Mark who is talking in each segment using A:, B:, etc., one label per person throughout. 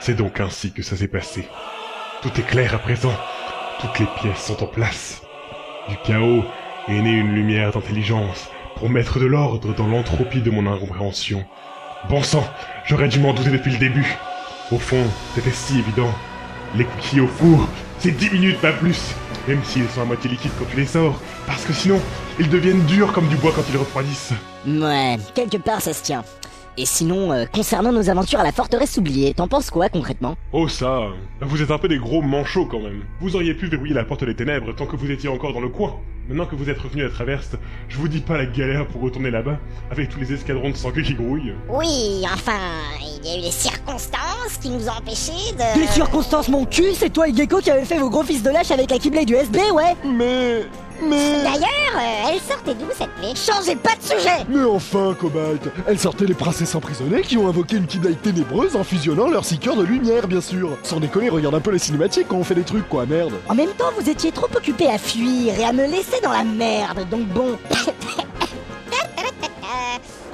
A: C'est donc ainsi que ça s'est passé. Tout est clair à présent. Toutes les pièces sont en place. Du chaos est née une lumière d'intelligence pour mettre de l'ordre dans l'entropie de mon incompréhension. Bon sang, j'aurais dû m'en douter depuis le début. Au fond, c'était si évident. Les cookies au four, c'est 10 minutes, pas plus. Même s'ils sont à moitié liquides quand tu les sors, parce que sinon, ils deviennent durs comme du bois quand ils refroidissent.
B: Ouais, quelque part ça se tient. Et sinon, euh, concernant nos aventures à la forteresse oubliée, t'en penses quoi concrètement
A: Oh ça, euh, vous êtes un peu des gros manchots quand même. Vous auriez pu verrouiller la porte des ténèbres tant que vous étiez encore dans le coin. Maintenant que vous êtes revenu à la traverse, je vous dis pas la galère pour retourner là-bas, avec tous les escadrons de sangliers qui grouillent.
C: Oui, enfin, il y a eu les circonstances qui nous ont empêchés de...
B: Des circonstances, mon cul, c'est toi et Gecko qui avez fait vos gros fils de lâche avec la Keyblade du USB, ouais
D: Mais. Mais.
C: D'ailleurs, euh, elle sortait d'où cette plaie
B: Changez pas de sujet
D: Mais enfin, Cobalt Elle sortait les princesses emprisonnées qui ont invoqué une keyblade ténébreuse en fusionnant leurs six cœurs de lumière, bien sûr Sans déconner, regarde un peu les cinématiques quand on fait des trucs, quoi, merde
B: En même temps, vous étiez trop occupés à fuir et à me laisser dans la merde, donc bon...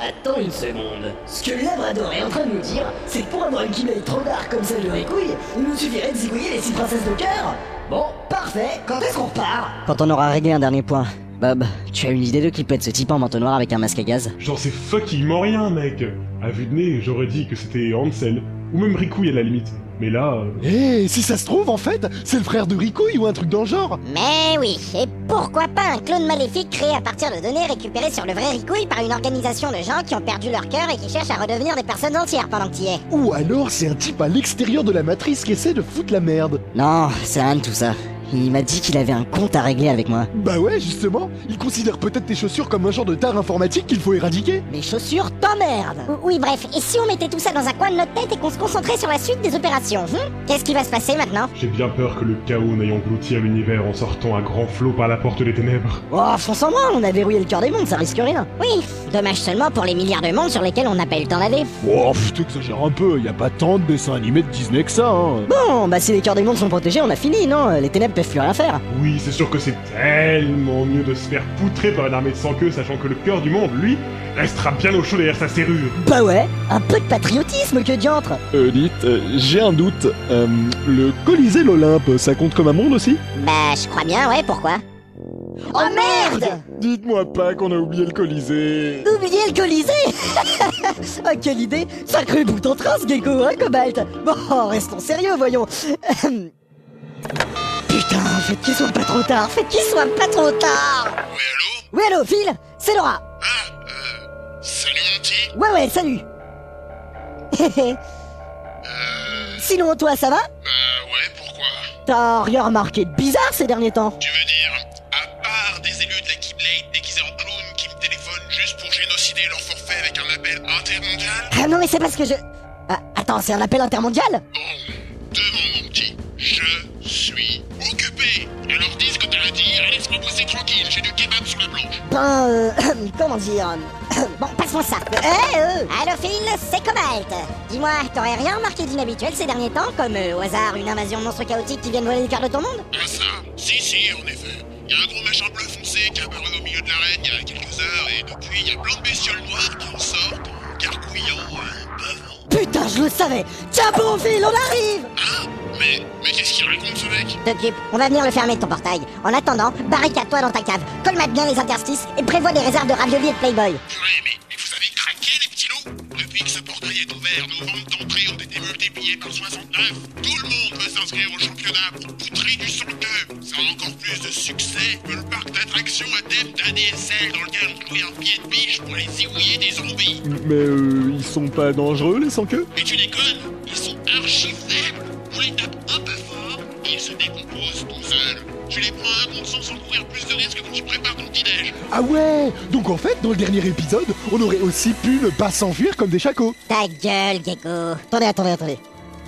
E: Attends une seconde. Ce que Labrador est en train de nous dire, c'est que pour avoir une Keyblade trop dark comme celle de Ricouille, il nous suffirait de zigouiller les six princesses de cœur Bon, parfait, quand est-ce qu'on repart
B: Quand on aura réglé un dernier point... Bob, tu as une idée de qui peut être ce type en manteau noir avec un masque à gaz
A: J'en sais fuckingment rien, mec À vue de nez, j'aurais dit que c'était Hansel, ou même Ricouille à la limite. Mais là, euh,
D: Eh, si ça se trouve, en fait, c'est le frère de Ricouille ou un truc dans le genre
C: Mais oui, et pourquoi pas un clone maléfique créé à partir de données récupérées sur le vrai Ricouille par une organisation de gens qui ont perdu leur cœur et qui cherchent à redevenir des personnes entières pendant que t'y es.
D: Ou alors c'est un type à l'extérieur de la matrice qui essaie de foutre la merde
B: Non, c'est rien de tout ça. Il m'a dit qu'il avait un compte à régler avec moi.
D: Bah ouais, justement Il considère peut-être tes chaussures comme un genre de tare informatique qu'il faut éradiquer
B: Mes chaussures t'emmerdent
C: Ou- Oui, bref, et si on mettait tout ça dans un coin de notre tête et qu'on se concentrait sur la suite des opérations hmm Qu'est-ce qui va se passer maintenant
A: j'ai bien peur que le chaos n'ayant englouti à l'univers en sortant à grand flot par la porte des ténèbres.
B: Oh, fonce en moi, on a verrouillé le cœur des mondes, ça risque rien.
C: Oui, dommage seulement pour les milliards de mondes sur lesquels on n'a pas eu le temps d'aller.
D: Oh, pff, t'exagères un peu, y a pas tant de dessins animés de Disney que ça, hein
B: Bon, bah si les cœurs des mondes sont protégés, on a fini, non Les ténèbres peuvent plus rien faire.
A: Oui, c'est sûr que c'est tellement mieux de se faire poutrer par une armée de sans queue, sachant que le cœur du monde, lui, restera bien au chaud derrière sa serrure.
B: Bah ouais, un peu de patriotisme que diantre
D: Euh, dites, euh, j'ai un doute. Euh, le Colisée l'Olympe, ça compte comme un monde aussi
C: Bah, je crois bien, ouais, pourquoi Oh merde
D: Dites-moi pas qu'on a oublié le Colisée
B: Oubliez le Colisée Ah, quelle idée Sacré bout en train, ce gecko, hein, Cobalt Bon, restons sérieux, voyons Putain, faites qu'il soit pas trop tard Faites qu'il soit pas trop tard
F: Ouais, allô
B: Oui, allô, Phil C'est Laura
F: Ah, euh... Salut, Euh. mon petit
B: Ouais, ouais, salut Sinon, toi, ça va
F: Bah, ouais, pourquoi
B: T'as rien remarqué de bizarre ces derniers temps
F: Tu veux dire, à part des élus de la Keyblade déguisés en clown qui me téléphonent juste pour génocider leur forfait avec un appel intermondial
B: Ah non, mais c'est parce que je... Ah, attends, c'est un appel intermondial
F: Bon, demande, mon petit. Je suis occupé Alors dis ce que t'as à dire et laisse-moi bosser tranquille, j'ai du kebab sur la planche
B: Ben, euh, comment dire
C: euh, Bon, passe-moi ça
B: Eh, euh,
C: Allô Phil, c'est Cobalt Dis-moi, t'aurais rien remarqué d'inhabituel ces derniers temps, comme euh, au hasard une invasion de monstres chaotiques qui viennent voler le cœur de ton monde
F: Ah ça Si, si, en effet. Il y a un gros machin bleu foncé qui est apparu au milieu de l'arène il y a quelques heures, et depuis, il y a plein de bestioles noires qui en sortent, en gargouillant, euh. en bavant.
B: Putain, je le savais Tiens bon, Phil, on arrive
F: Hein Mais, mais qu'est-ce qu'il raconte ce mec
C: T'occupe, on va venir le fermer ton portail. En attendant, barricade-toi dans ta cave, colmate bien les interstices et prévois des réserves de raviolis et de playboy.
F: Purée, mais, mais vous avez craqué, les petits loups Depuis que ce portail est ouvert, nos ventes d'entrée ont été multipliées par 69. Tout le monde veut s'inscrire au championnat pour poutrer du sang Ça a encore plus de succès que le parc d'attractions adepte d'ADSL dans lequel on trouvait un pied de biche pour les zigouiller des zombies.
D: Mais euh, ils sont pas dangereux, les sans-queue
F: Mais tu déconnes Ils sont archi faibles On les tape un peu fort et ils se décomposent tout seuls. Tu les prends à un contre sans courir plus de risques quand tu prépares ton petit-déj.
D: Ah ouais Donc en fait, dans le dernier épisode, on aurait aussi pu ne pas s'enfuir comme des chacos.
C: Ta gueule, Gecko
B: Attendez, attendez, attendez.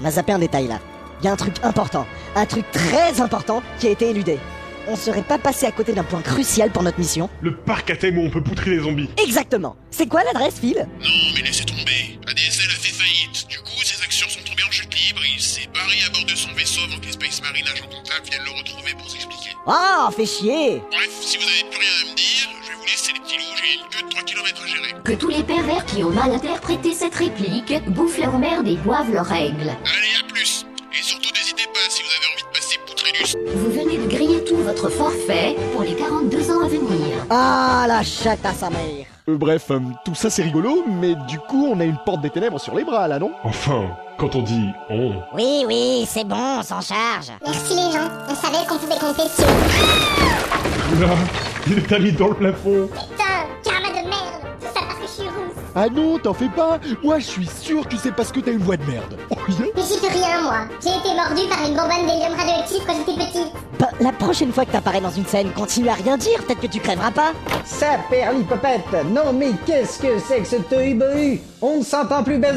B: On a zappé un détail là. Il y a un truc important, un truc très important qui a été éludé. On serait pas passé à côté d'un point crucial pour notre mission
A: Le parc à thème où on peut poutrer les zombies.
B: Exactement C'est quoi l'adresse, Phil
F: Non, mais laissez tomber. ADSL a fait faillite. Du coup, ses actions sont tombées en chute libre et il s'est barré à bord de son vaisseau avant que les Space Marine agents comptables viennent le retrouver pour s'expliquer.
B: Oh, fais chier
F: Bref, si vous avez plus rien à me dire, je vais vous laisser les petits loups, j'ai une queue de 3 km à gérer.
G: Que tous les pervers qui ont mal interprété cette réplique bouffent leur merde et boivent leurs règles.
F: Allez, à plus
G: Vous venez de griller tout votre forfait pour les 42 ans à venir.
B: Ah, la chatte à sa mère
D: Euh, bref, euh, tout ça c'est rigolo, mais du coup on a une porte des ténèbres sur les bras là, non
A: Enfin, quand on dit on,
C: Oui, oui, c'est bon, on s'en charge.
H: Merci les gens, on savait qu'on pouvait compter sur...
A: là, il t'a mis dans le plafond.
H: Putain, karma de merde Tout ça parce que je suis rousse
D: Ah non, t'en fais pas Moi je suis sûr que c'est parce que t'as une voix de merde. Oh, yeah.
H: Mais j'y peux rien moi J'ai été mordue par une bonbonne d'hélium radioactif quand j'étais petite
B: Bah, La prochaine fois que t'apparais dans une scène, continue à rien dire, peut-être que tu crèveras pas
I: Ça, perlipopette Non mais qu'est-ce que c'est que ce tohu On ne s'entend plus bas-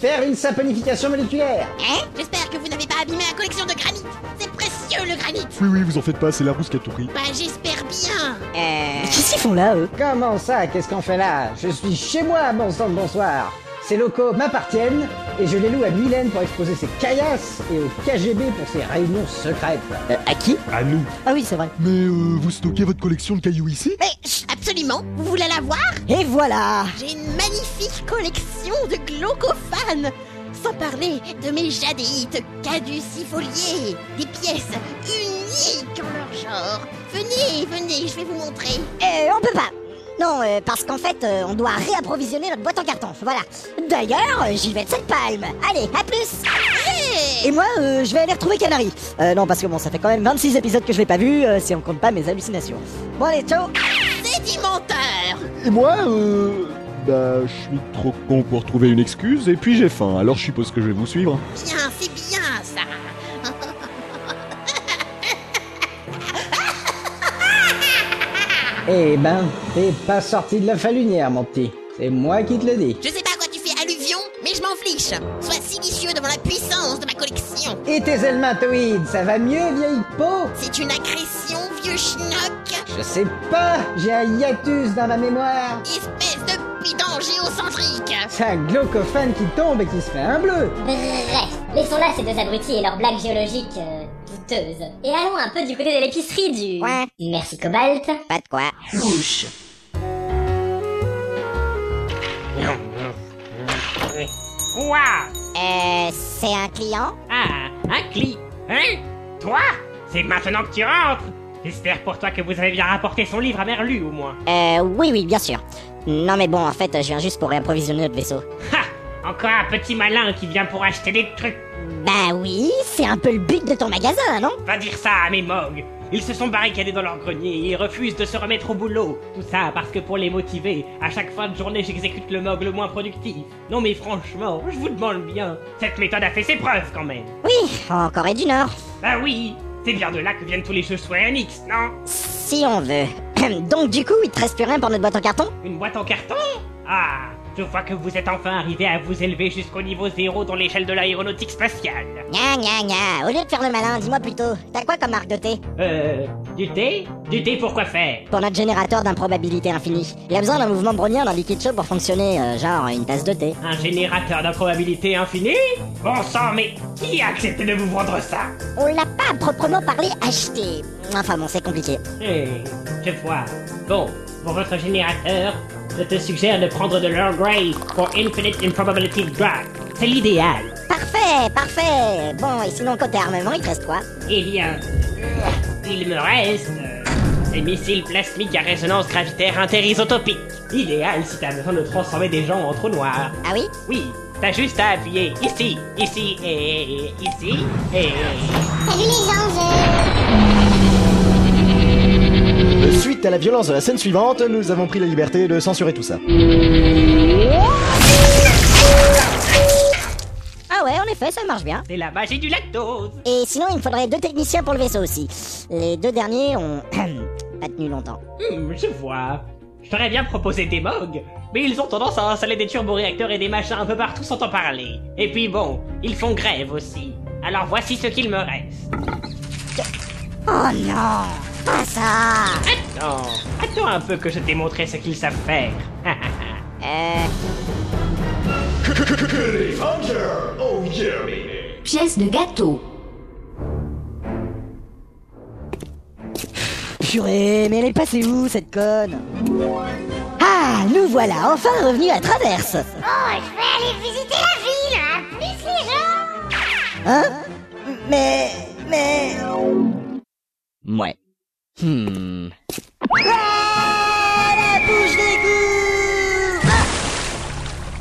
I: faire une saponification moléculaire
J: Hein J'espère que vous n'avez pas abîmé la collection de granit. C'est précieux le granit.
D: Oui, oui, vous en faites pas, c'est la rousse qui a tout pris.
J: Bah j'espère bien.
C: Euh...
B: Qu'est-ce qu'ils font là, eux
I: Comment ça Qu'est-ce qu'on fait là Je suis chez moi, bon sang de bonsoir Ces locaux m'appartiennent et je les loue à Mylène pour exposer ses caillasses et au KGB pour ses réunions secrètes.
B: Euh, À qui
A: À nous.
B: Ah oui, c'est vrai.
D: Mais euh, vous stockez votre collection de cailloux ici
J: Mais chut, absolument, vous voulez la voir
B: Et voilà
J: J'ai une magnifique collection de glaucophanes Sans parler de mes jadéites caducifoliés Des pièces uniques en leur genre Venez, venez, je vais vous montrer
C: Euh, on peut pas. Non, euh, parce qu'en fait, euh, on doit réapprovisionner notre boîte en carton. Voilà. D'ailleurs, euh, j'y vais de cette palme. Allez, à plus.
B: Et moi, euh, je vais aller retrouver Canary. Euh, non, parce que bon, ça fait quand même 26 épisodes que je l'ai pas vu, euh, si on compte pas mes hallucinations. Bon, allez, ciao
J: Sédimenteur
D: Et moi, euh... Bah, je suis trop con pour trouver une excuse, et puis j'ai faim, alors je suppose que je vais vous suivre.
J: Bien, c'est bien ça
I: Eh ben, t'es pas sorti de la falunière, mon petit. C'est moi qui te le dis.
J: Je sais pas à quoi tu fais alluvion, mais je m'en fiche Sois silencieux devant la puissance de ma collection
I: Et tes helminthoïdes, ça va mieux, vieille peau
J: C'est une agression, vieux schnock
I: Je sais pas, j'ai un hiatus dans la mémoire.
J: Espèce de bidon géocentrique
I: C'est un glaucophane qui tombe et qui se fait un bleu.
H: Bref, laissons là ces deux abrutis et leurs blagues géologiques euh, douteuses. Et allons un peu du côté de l'épicerie du...
C: Ouais.
H: Merci Cobalt
C: Pas de quoi.
K: Quoi
C: Euh, c'est un client
K: Ah, un cli Hein Toi C'est maintenant que tu rentres J'espère pour toi que vous avez bien rapporté son livre à Merlu, au moins.
C: Euh, oui, oui, bien sûr. Non, mais bon, en fait, je viens juste pour réapprovisionner notre vaisseau.
K: Ha Encore un petit malin qui vient pour acheter des trucs.
C: Bah oui, c'est un peu le but de ton magasin, non
K: Va dire ça à mes mogs Ils se sont barricadés dans leur grenier et refusent de se remettre au boulot. Tout ça parce que pour les motiver, à chaque fin de journée, j'exécute le mog le moins productif. Non mais franchement, je vous demande bien. Cette méthode a fait ses preuves quand même.
C: Oui, en Corée du Nord.
K: Bah oui C'est bien de là que viennent tous les jeux Square-Enix, non
C: Si on veut. Donc, du coup, il te reste plus rien pour notre boîte en carton
K: Une boîte en carton Ah Je vois que vous êtes enfin arrivé à vous élever jusqu'au niveau zéro dans l'échelle de l'aéronautique spatiale.
C: Gna gna gna, au lieu de faire le malin, dis-moi plutôt, t'as quoi comme marque de thé
K: Euh... Du thé Du thé pour quoi faire
C: Pour notre générateur d'improbabilité infinie, il a besoin d'un mouvement brownien d'un liquide chaud pour fonctionner, euh, genre une tasse de thé.
K: Un générateur d'improbabilité infinie Bon sang, mais qui a accepté de vous vendre ça
C: On l'a pas à proprement parlé acheté. Enfin bon, c'est compliqué.
K: Hé, Eh, je vois. Bon, pour votre générateur, je te suggère de prendre de l'Earl Grey pour Infinite Improbability Drug. C'est l'idéal.
C: Parfait, parfait. Bon, et sinon côté armement, il te reste quoi
K: Eh bien, il me reste euh, des missiles plasmiques à résonance gravitaire intérisotopique. Idéal si t'as besoin de transformer des gens en trous noirs.
C: Ah oui
K: Oui, t'as juste à appuyer ici, ici et ici et...
H: Salut les gens, je...
D: Euh, Suite à la violence de la scène suivante, nous avons pris la liberté de censurer tout ça.
C: Ah ouais, en effet, ça marche bien.
K: C'est la magie du lactose
C: Et sinon, il me faudrait deux techniciens pour le vaisseau aussi. Les deux derniers ont pas tenu longtemps.
K: Hmm, je vois. Je t'aurais bien proposé des mogs, mais ils ont tendance à installer des turboréacteurs et des machins un peu partout sans en parler. Et puis bon, ils font grève aussi. Alors voici ce qu'il me reste.
C: Oh non, pas ça.
K: Attends, attends un peu que je t'ai montré ce qu'ils savent faire.
C: Euh,
E: Oh,
G: Pièce de gâteau.
B: Purée, mais elle est passée où, cette conne
C: ah, nous voilà enfin revenus à traverse.
H: Oh, je vais aller visiter la ville, hein Plus les gens
B: Hein Mais... Mais...
L: Ouais. Hmm.
B: La bouche des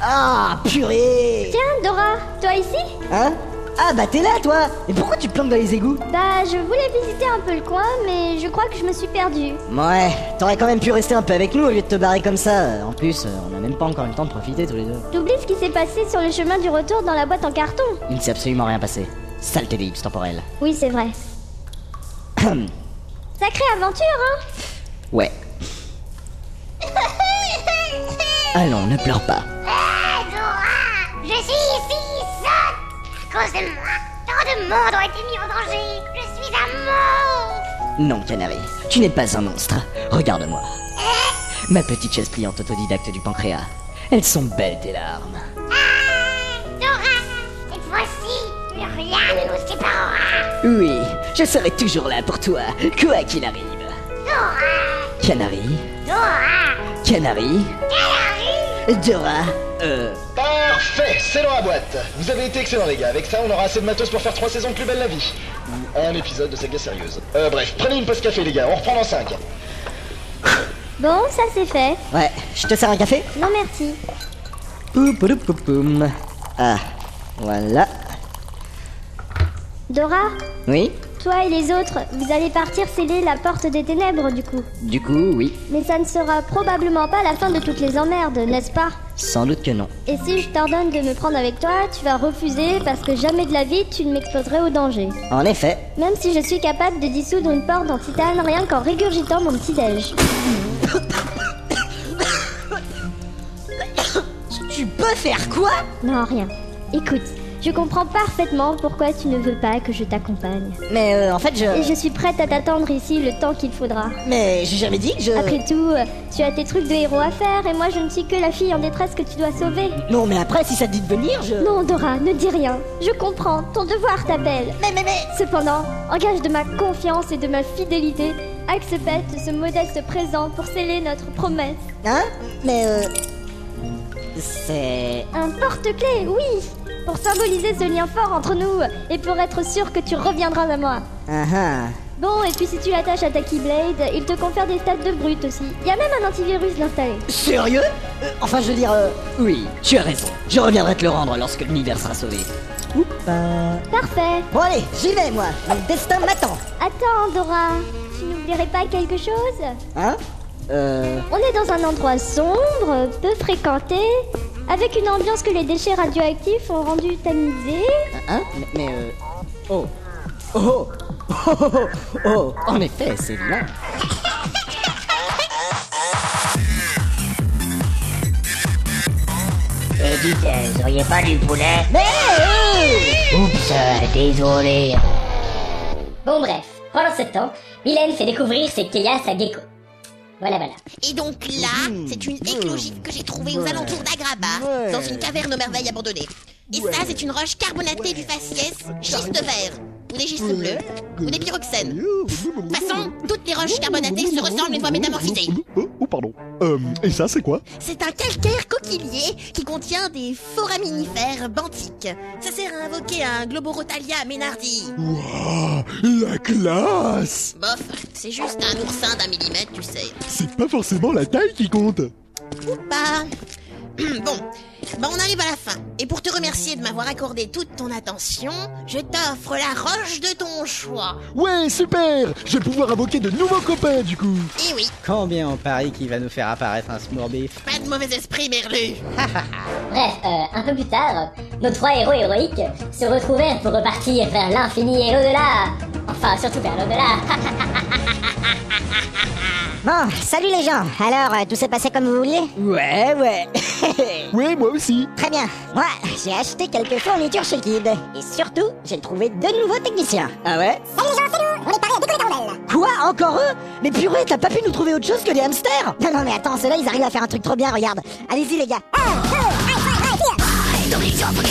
B: Ah, purée
M: Tiens, Dora, toi ici
B: Hein Ah bah t'es là toi Et pourquoi tu te plantes dans les égouts
M: Bah, je voulais visiter un peu le coin, mais je crois que je me suis perdue.
B: Ouais, t'aurais quand même pu rester un peu avec nous au lieu de te barrer comme ça. En plus, euh, on a même pas encore eu le temps de profiter tous les deux.
M: T'oublies ce qui s'est passé sur le chemin du retour dans la boîte en carton
B: Il ne s'est absolument rien passé. Sale télélipse temporelle.
M: Oui, c'est vrai. Sacrée aventure, hein
B: ouais. Allons, ne pleure pas.
N: Hé, Dora Je suis ici, saute À cause de moi, tant de monde ont été mis en danger Je suis un monstre
B: Non, Canary, tu n'es pas un monstre. Regarde-moi. Ma petite chaise pliante autodidacte du pancréas. Elles sont belles tes larmes.
N: Dora Cette fois-ci, plus rien ne nous séparera
B: Oui, je serai toujours là pour toi, quoi qu'il arrive.
N: Dora
B: Canary,
N: Dora
B: Canary, Dora.
L: Euh.
O: Parfait, c'est dans la boîte. Vous avez été excellents les gars, avec ça on aura assez de matos pour faire trois saisons de plus belle la vie. Ou un épisode de saga sérieuse. Euh bref, prenez une pause café les gars, on reprend dans 5.
M: Bon, ça c'est fait.
B: Ouais, je te sers un café
M: Non, merci.
B: Pou, pou, pou, poum. Ah, voilà.
M: Dora,
B: Oui,
M: toi et les autres, vous allez partir sceller la porte des ténèbres du coup.
B: du coup, oui.
M: Mais ça ne sera probablement pas la fin de toutes les emmerdes, n'est-ce pas
B: Sans doute que non.
M: Et si je t'ordonne de me prendre avec toi, tu vas refuser parce que jamais de la vie tu ne m'exposerais au danger.
B: En effet.
M: Même si je suis capable de dissoudre une porte en titane rien qu'en régurgitant mon petit-déj.
B: Tu peux faire quoi
M: Non, rien. Écoute, je comprends parfaitement pourquoi tu ne veux pas que je t'accompagne.
B: Mais euh, en fait, je.
M: Et je suis prête à t'attendre ici le temps qu'il faudra.
B: Mais j'ai jamais dit que je.
M: Après tout, euh, tu as tes trucs de héros à faire et moi je ne suis que la fille en détresse que tu dois sauver.
B: Non, mais après, si ça te dit de venir, je.
M: Non, Dora, ne dis rien. Je comprends, ton devoir t'appelle.
B: Mais, mais, mais.
M: Cependant, engage de ma confiance et de ma fidélité, accepte ce modeste présent pour sceller notre promesse.
B: Hein Mais euh. C'est.
M: Un porte-clés, oui Pour symboliser ce lien fort entre nous et pour être sûr que tu reviendras à moi.
B: Ah ah.
M: Bon, et puis si tu l'attaches à ta Keyblade, il te confère des stats de brut aussi. Il y a même un antivirus installé.
B: Sérieux Euh, Enfin, je veux dire. euh, Oui, tu as raison. Je reviendrai te le rendre lorsque l'univers sera sauvé. Oupa.
M: Parfait
B: Bon, allez, j'y vais, moi. Mon destin m'attend.
M: Attends, Dora, tu n'oublierais pas quelque chose
B: Hein Euh.
M: On est dans un endroit sombre, peu fréquenté, avec une ambiance que les déchets radioactifs ont rendu tamisée.
B: Hein Mais, mais, euh... Oh. Oh. Oh. Oh. oh, oh. En effet, c'est là.
P: Et dites, euh, vous auriez pas du poulet
B: Mais hey
P: Oups, euh, désolé.
H: Bon bref, pendant ce temps, Mylène fait découvrir ses caillasses à Gecko. Voilà, voilà.
J: Et donc là, c'est une éclogite que j'ai trouvée aux alentours d'Agraba, dans une caverne aux merveilles abandonnées. Et ça, c'est une roche carbonatée du faciès, schiste vert, ou des schistes bleus, ou des pyroxènes. De toute façon, toutes les roches carbonatées se ressemblent une fois métamorphisées.
D: Oh, oh, pardon. Euh, et ça, c'est quoi
J: C'est un calcaire coquillier qui contient des foraminifères benthiques. Ça sert à invoquer un globorotalia ménardi.
D: Ouah, Ah, la classe
J: Bof, c'est juste un oursin d'un millimètre, tu sais.
D: C'est pas forcément la taille qui compte
J: Ou pas. Bah, Bon, bah on arrive à la fin. Et pour te remercier de m'avoir accordé toute ton attention, je t'offre la roche de ton choix.
D: Ouais, super Je vais pouvoir invoquer de nouveaux copains, du coup
J: Eh oui,
I: Quand bien on parie qu'il va nous faire apparaître un Smurbeef
J: pas de mauvais esprit, Merlu.
H: Bref, euh, un peu plus tard, nos trois héros héroïques se retrouvèrent pour repartir vers l'infini et l'au-delà. Enfin, surtout vers l'au-delà.
B: Ah.
C: Bon, salut les gens Alors, euh, tout s'est passé comme vous vouliez
B: Ouais, ouais.
D: Ouais, moi aussi
C: Très bien. Moi, j'ai acheté quelques fournitures chez Kid. Et surtout, j'ai trouvé deux nouveaux techniciens.
B: Ah ouais
C: Salut les gens, c'est nous On est parés à décoller bordel
B: Quoi Encore eux Mais purée, t'as pas pu nous trouver autre chose que des hamsters
C: Non, non, mais attends, ceux-là, ils arrivent à faire un truc trop bien, regarde. Allez-y, les gars.
B: Ah.
C: Un, deux, high five, high five.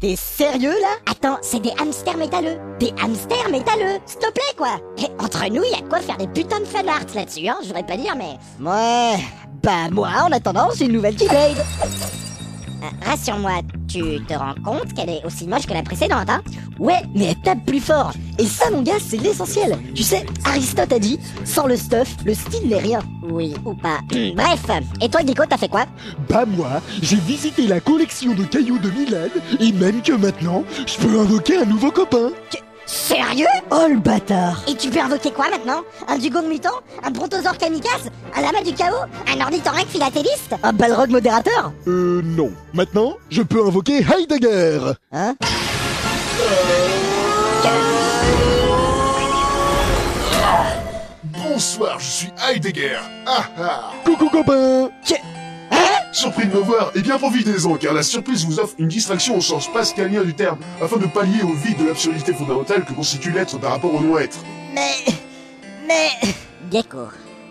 B: T'es sérieux là
C: Attends, c'est des hamsters métalleux. Des hamsters métalleux, s'il te plaît quoi. Et entre nous, il y a de quoi faire des putains de fan art là-dessus, hein, je voudrais pas dire mais.
B: Ouais. Bah moi, en attendant, j'ai une nouvelle Keyblade.
C: Euh, Rassure-moi, tu te rends compte qu'elle est aussi moche que la précédente, hein
B: Ouais, mais elle tape plus fort. Et ça, mon gars, c'est l'essentiel. Tu sais, Aristote a dit, sans le stuff, le style n'est rien.
C: Oui, ou pas. Bref, et toi, Nico, t'as fait quoi
D: Bah moi, j'ai visité la collection de cailloux de Milan, et même que maintenant, je peux invoquer un nouveau copain.
C: Qu- Sérieux
B: Oh le bâtard
C: Et tu peux invoquer quoi maintenant Un dugong mutant Un brontosaure kamikaze Un lama du chaos Un ornithorynque philatéliste
B: Un balrog modérateur
D: Euh non. Maintenant, je peux invoquer Heidegger.
B: Hein
E: Ah, Bonsoir, je suis Heidegger. Ah ah
D: Coucou copain Hein
B: Qu'est-
E: Surpris de me voir,
D: Eh
E: et bien profitez-en, car la surprise vous offre une distraction au sens pascalien du terme, afin de pallier au vide de l'absurdité fondamentale que constitue l'être par rapport au non-être.
C: Mais. Mais. Gecko,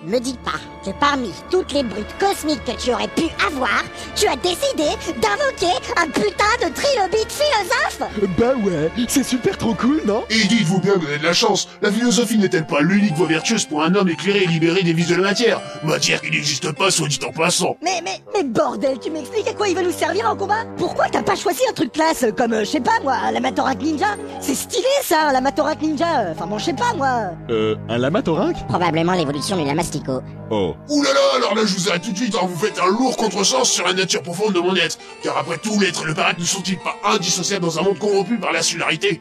C: me dis pas que parmi toutes les brutes cosmiques que tu aurais pu avoir, tu as décidé d'invoquer un putain de trilobite philosophe
D: Bah ouais, c'est super trop cool, non
E: Et dites-vous bien que vous avez de la chance, la philosophie n'est-elle pas l'unique voie vertueuse pour un homme éclairé et libéré des vices de la matière Matière qui n'existe pas, soit dit en passant.
B: Mais, mais, mais bordel, tu m'expliques à quoi il va nous servir en combat Pourquoi t'as pas choisi un truc classe euh, comme, euh, je sais pas moi, un Lamatorak Ninja C'est stylé ça, un Lamatorak Ninja euh, Enfin bon, je sais pas moi
D: Euh, un lama thorax
C: Probablement l'évolution du lamastico.
D: Oh.
E: Ouh là là, alors là je vous arrête tout de suite, hein, vous faites un lourd contresens sur la nature profonde de mon être, car après tout, l'être et le paraître ne sont-ils pas indissociables dans un monde corrompu par la solarité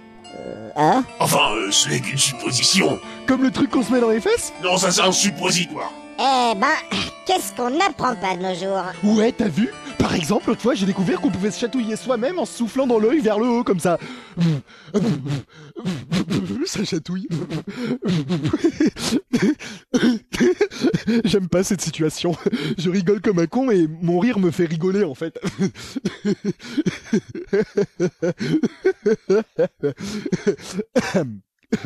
C: Hein
E: Enfin, euh, ce n'est qu'une supposition.
D: Comme le truc qu'on se met dans les fesses
E: Non, ça c'est un suppositoire.
C: Eh ben, qu'est-ce qu'on n'apprend pas de nos jours
D: Ouais, t'as vu Par exemple, l'autre fois, j'ai découvert qu'on pouvait se chatouiller soi-même en se soufflant dans l'œil vers le haut, comme ça. Ça chatouille. J'aime pas cette situation. Je rigole comme un con et mon rire me fait rigoler, en fait.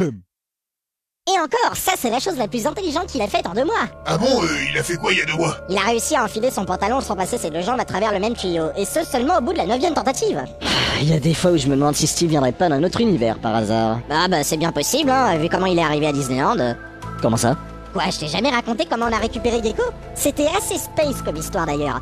C: Et encore, ça c'est la chose la plus intelligente qu'il a faite en deux mois.
E: Ah bon, euh, il a fait quoi il y a deux mois
C: Il a réussi à enfiler son pantalon sans passer ses deux jambes à travers le même tuyau, et ce seulement au bout de la neuvième tentative.
B: Ah, Il y a des fois où je me demande si Steve viendrait pas d'un autre univers par hasard.
C: Ah bah c'est bien possible, hein, vu comment il est arrivé à Disneyland.
B: Comment ça
C: Quoi, je t'ai jamais raconté comment on a récupéré Gecko C'était assez space comme histoire d'ailleurs.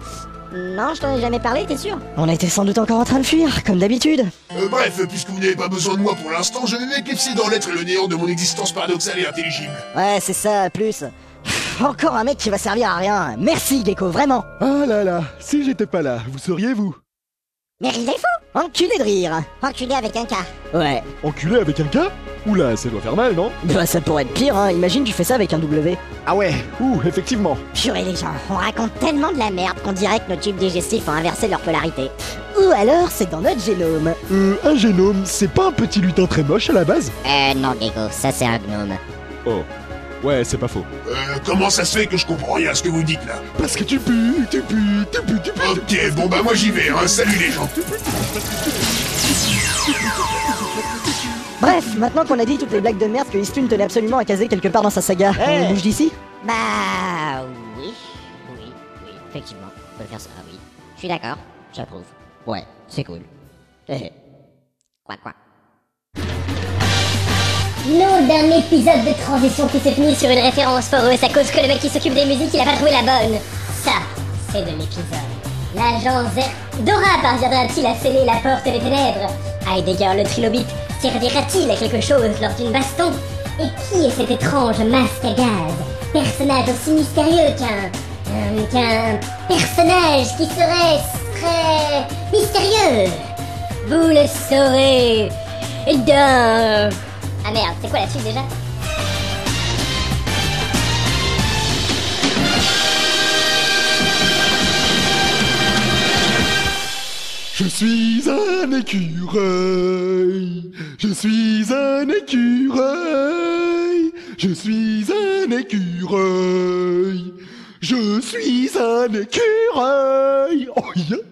C: Non, je t'en ai jamais parlé, t'es sûr
B: On était sans doute encore en train de fuir, comme d'habitude.
E: Euh, bref, euh, puisque vous n'avez pas besoin de moi pour l'instant, je vais m'éclipser dans l'être et le néant de mon existence paradoxale et intelligible.
B: Ouais, c'est ça, plus. Pff, Encore un mec qui va servir à rien. Merci Gecko, vraiment.
D: Ah là là, si j'étais pas là, vous seriez vous
C: Mais il est fou
B: Enculé de rire.
C: Enculé avec un K.
B: Ouais.
D: Enculé avec un cas Oula, ça doit faire mal, non
B: Bah ça pourrait être pire, hein. Imagine tu fais ça avec un W.
D: Ah ouais, ouh, effectivement.
C: Purée les gens, on raconte tellement de la merde qu'on dirait que nos tubes digestifs ont inversé leur polarité.
B: Ou alors c'est dans notre génome.
D: Euh, un génome, c'est pas un petit lutin très moche à la base
C: Euh, non Gecko, ça c'est un gnome.
D: Oh. Ouais, c'est pas faux.
E: Euh, comment ça se fait que je comprends rien à ce que vous dites là
D: Parce que tu pues, tu pues, tu pues, tu pues.
E: Ok, bon bah moi j'y vais, hein, salut les gens
B: Bref, maintenant qu'on a dit toutes les blagues de merde que Eastun tenait absolument à caser quelque part dans sa saga,
Q: Hey.
D: Eh
B: on bouge d'ici
C: Bah oui, oui, oui, effectivement, on peut faire ça, oui. Je suis d'accord, j'approuve. Ouais, c'est cool. Eh, Quoi quoi
H: Nom d'un épisode de transition qui s'est fini sur une référence foreuse à cause que le mec qui s'occupe des musiques il a pas trouvé la bonne. Ça, c'est de l'épisode. L'agent Zer... Dora parviendra-t-il à sceller la porte des ténèbres Heidegger le trilobite servira-t-il à quelque chose lors d'une baston Et qui est cet étrange masque à gaz Personnage aussi mystérieux qu'un... un- qu'un personnage qui serait... très... mystérieux Vous le saurez d'un... Ah merde, c'est quoi la suite déjà
D: Je suis un écureuil. Je suis un écureuil. Je suis un écureuil. Je suis un écureuil. Oh yeah.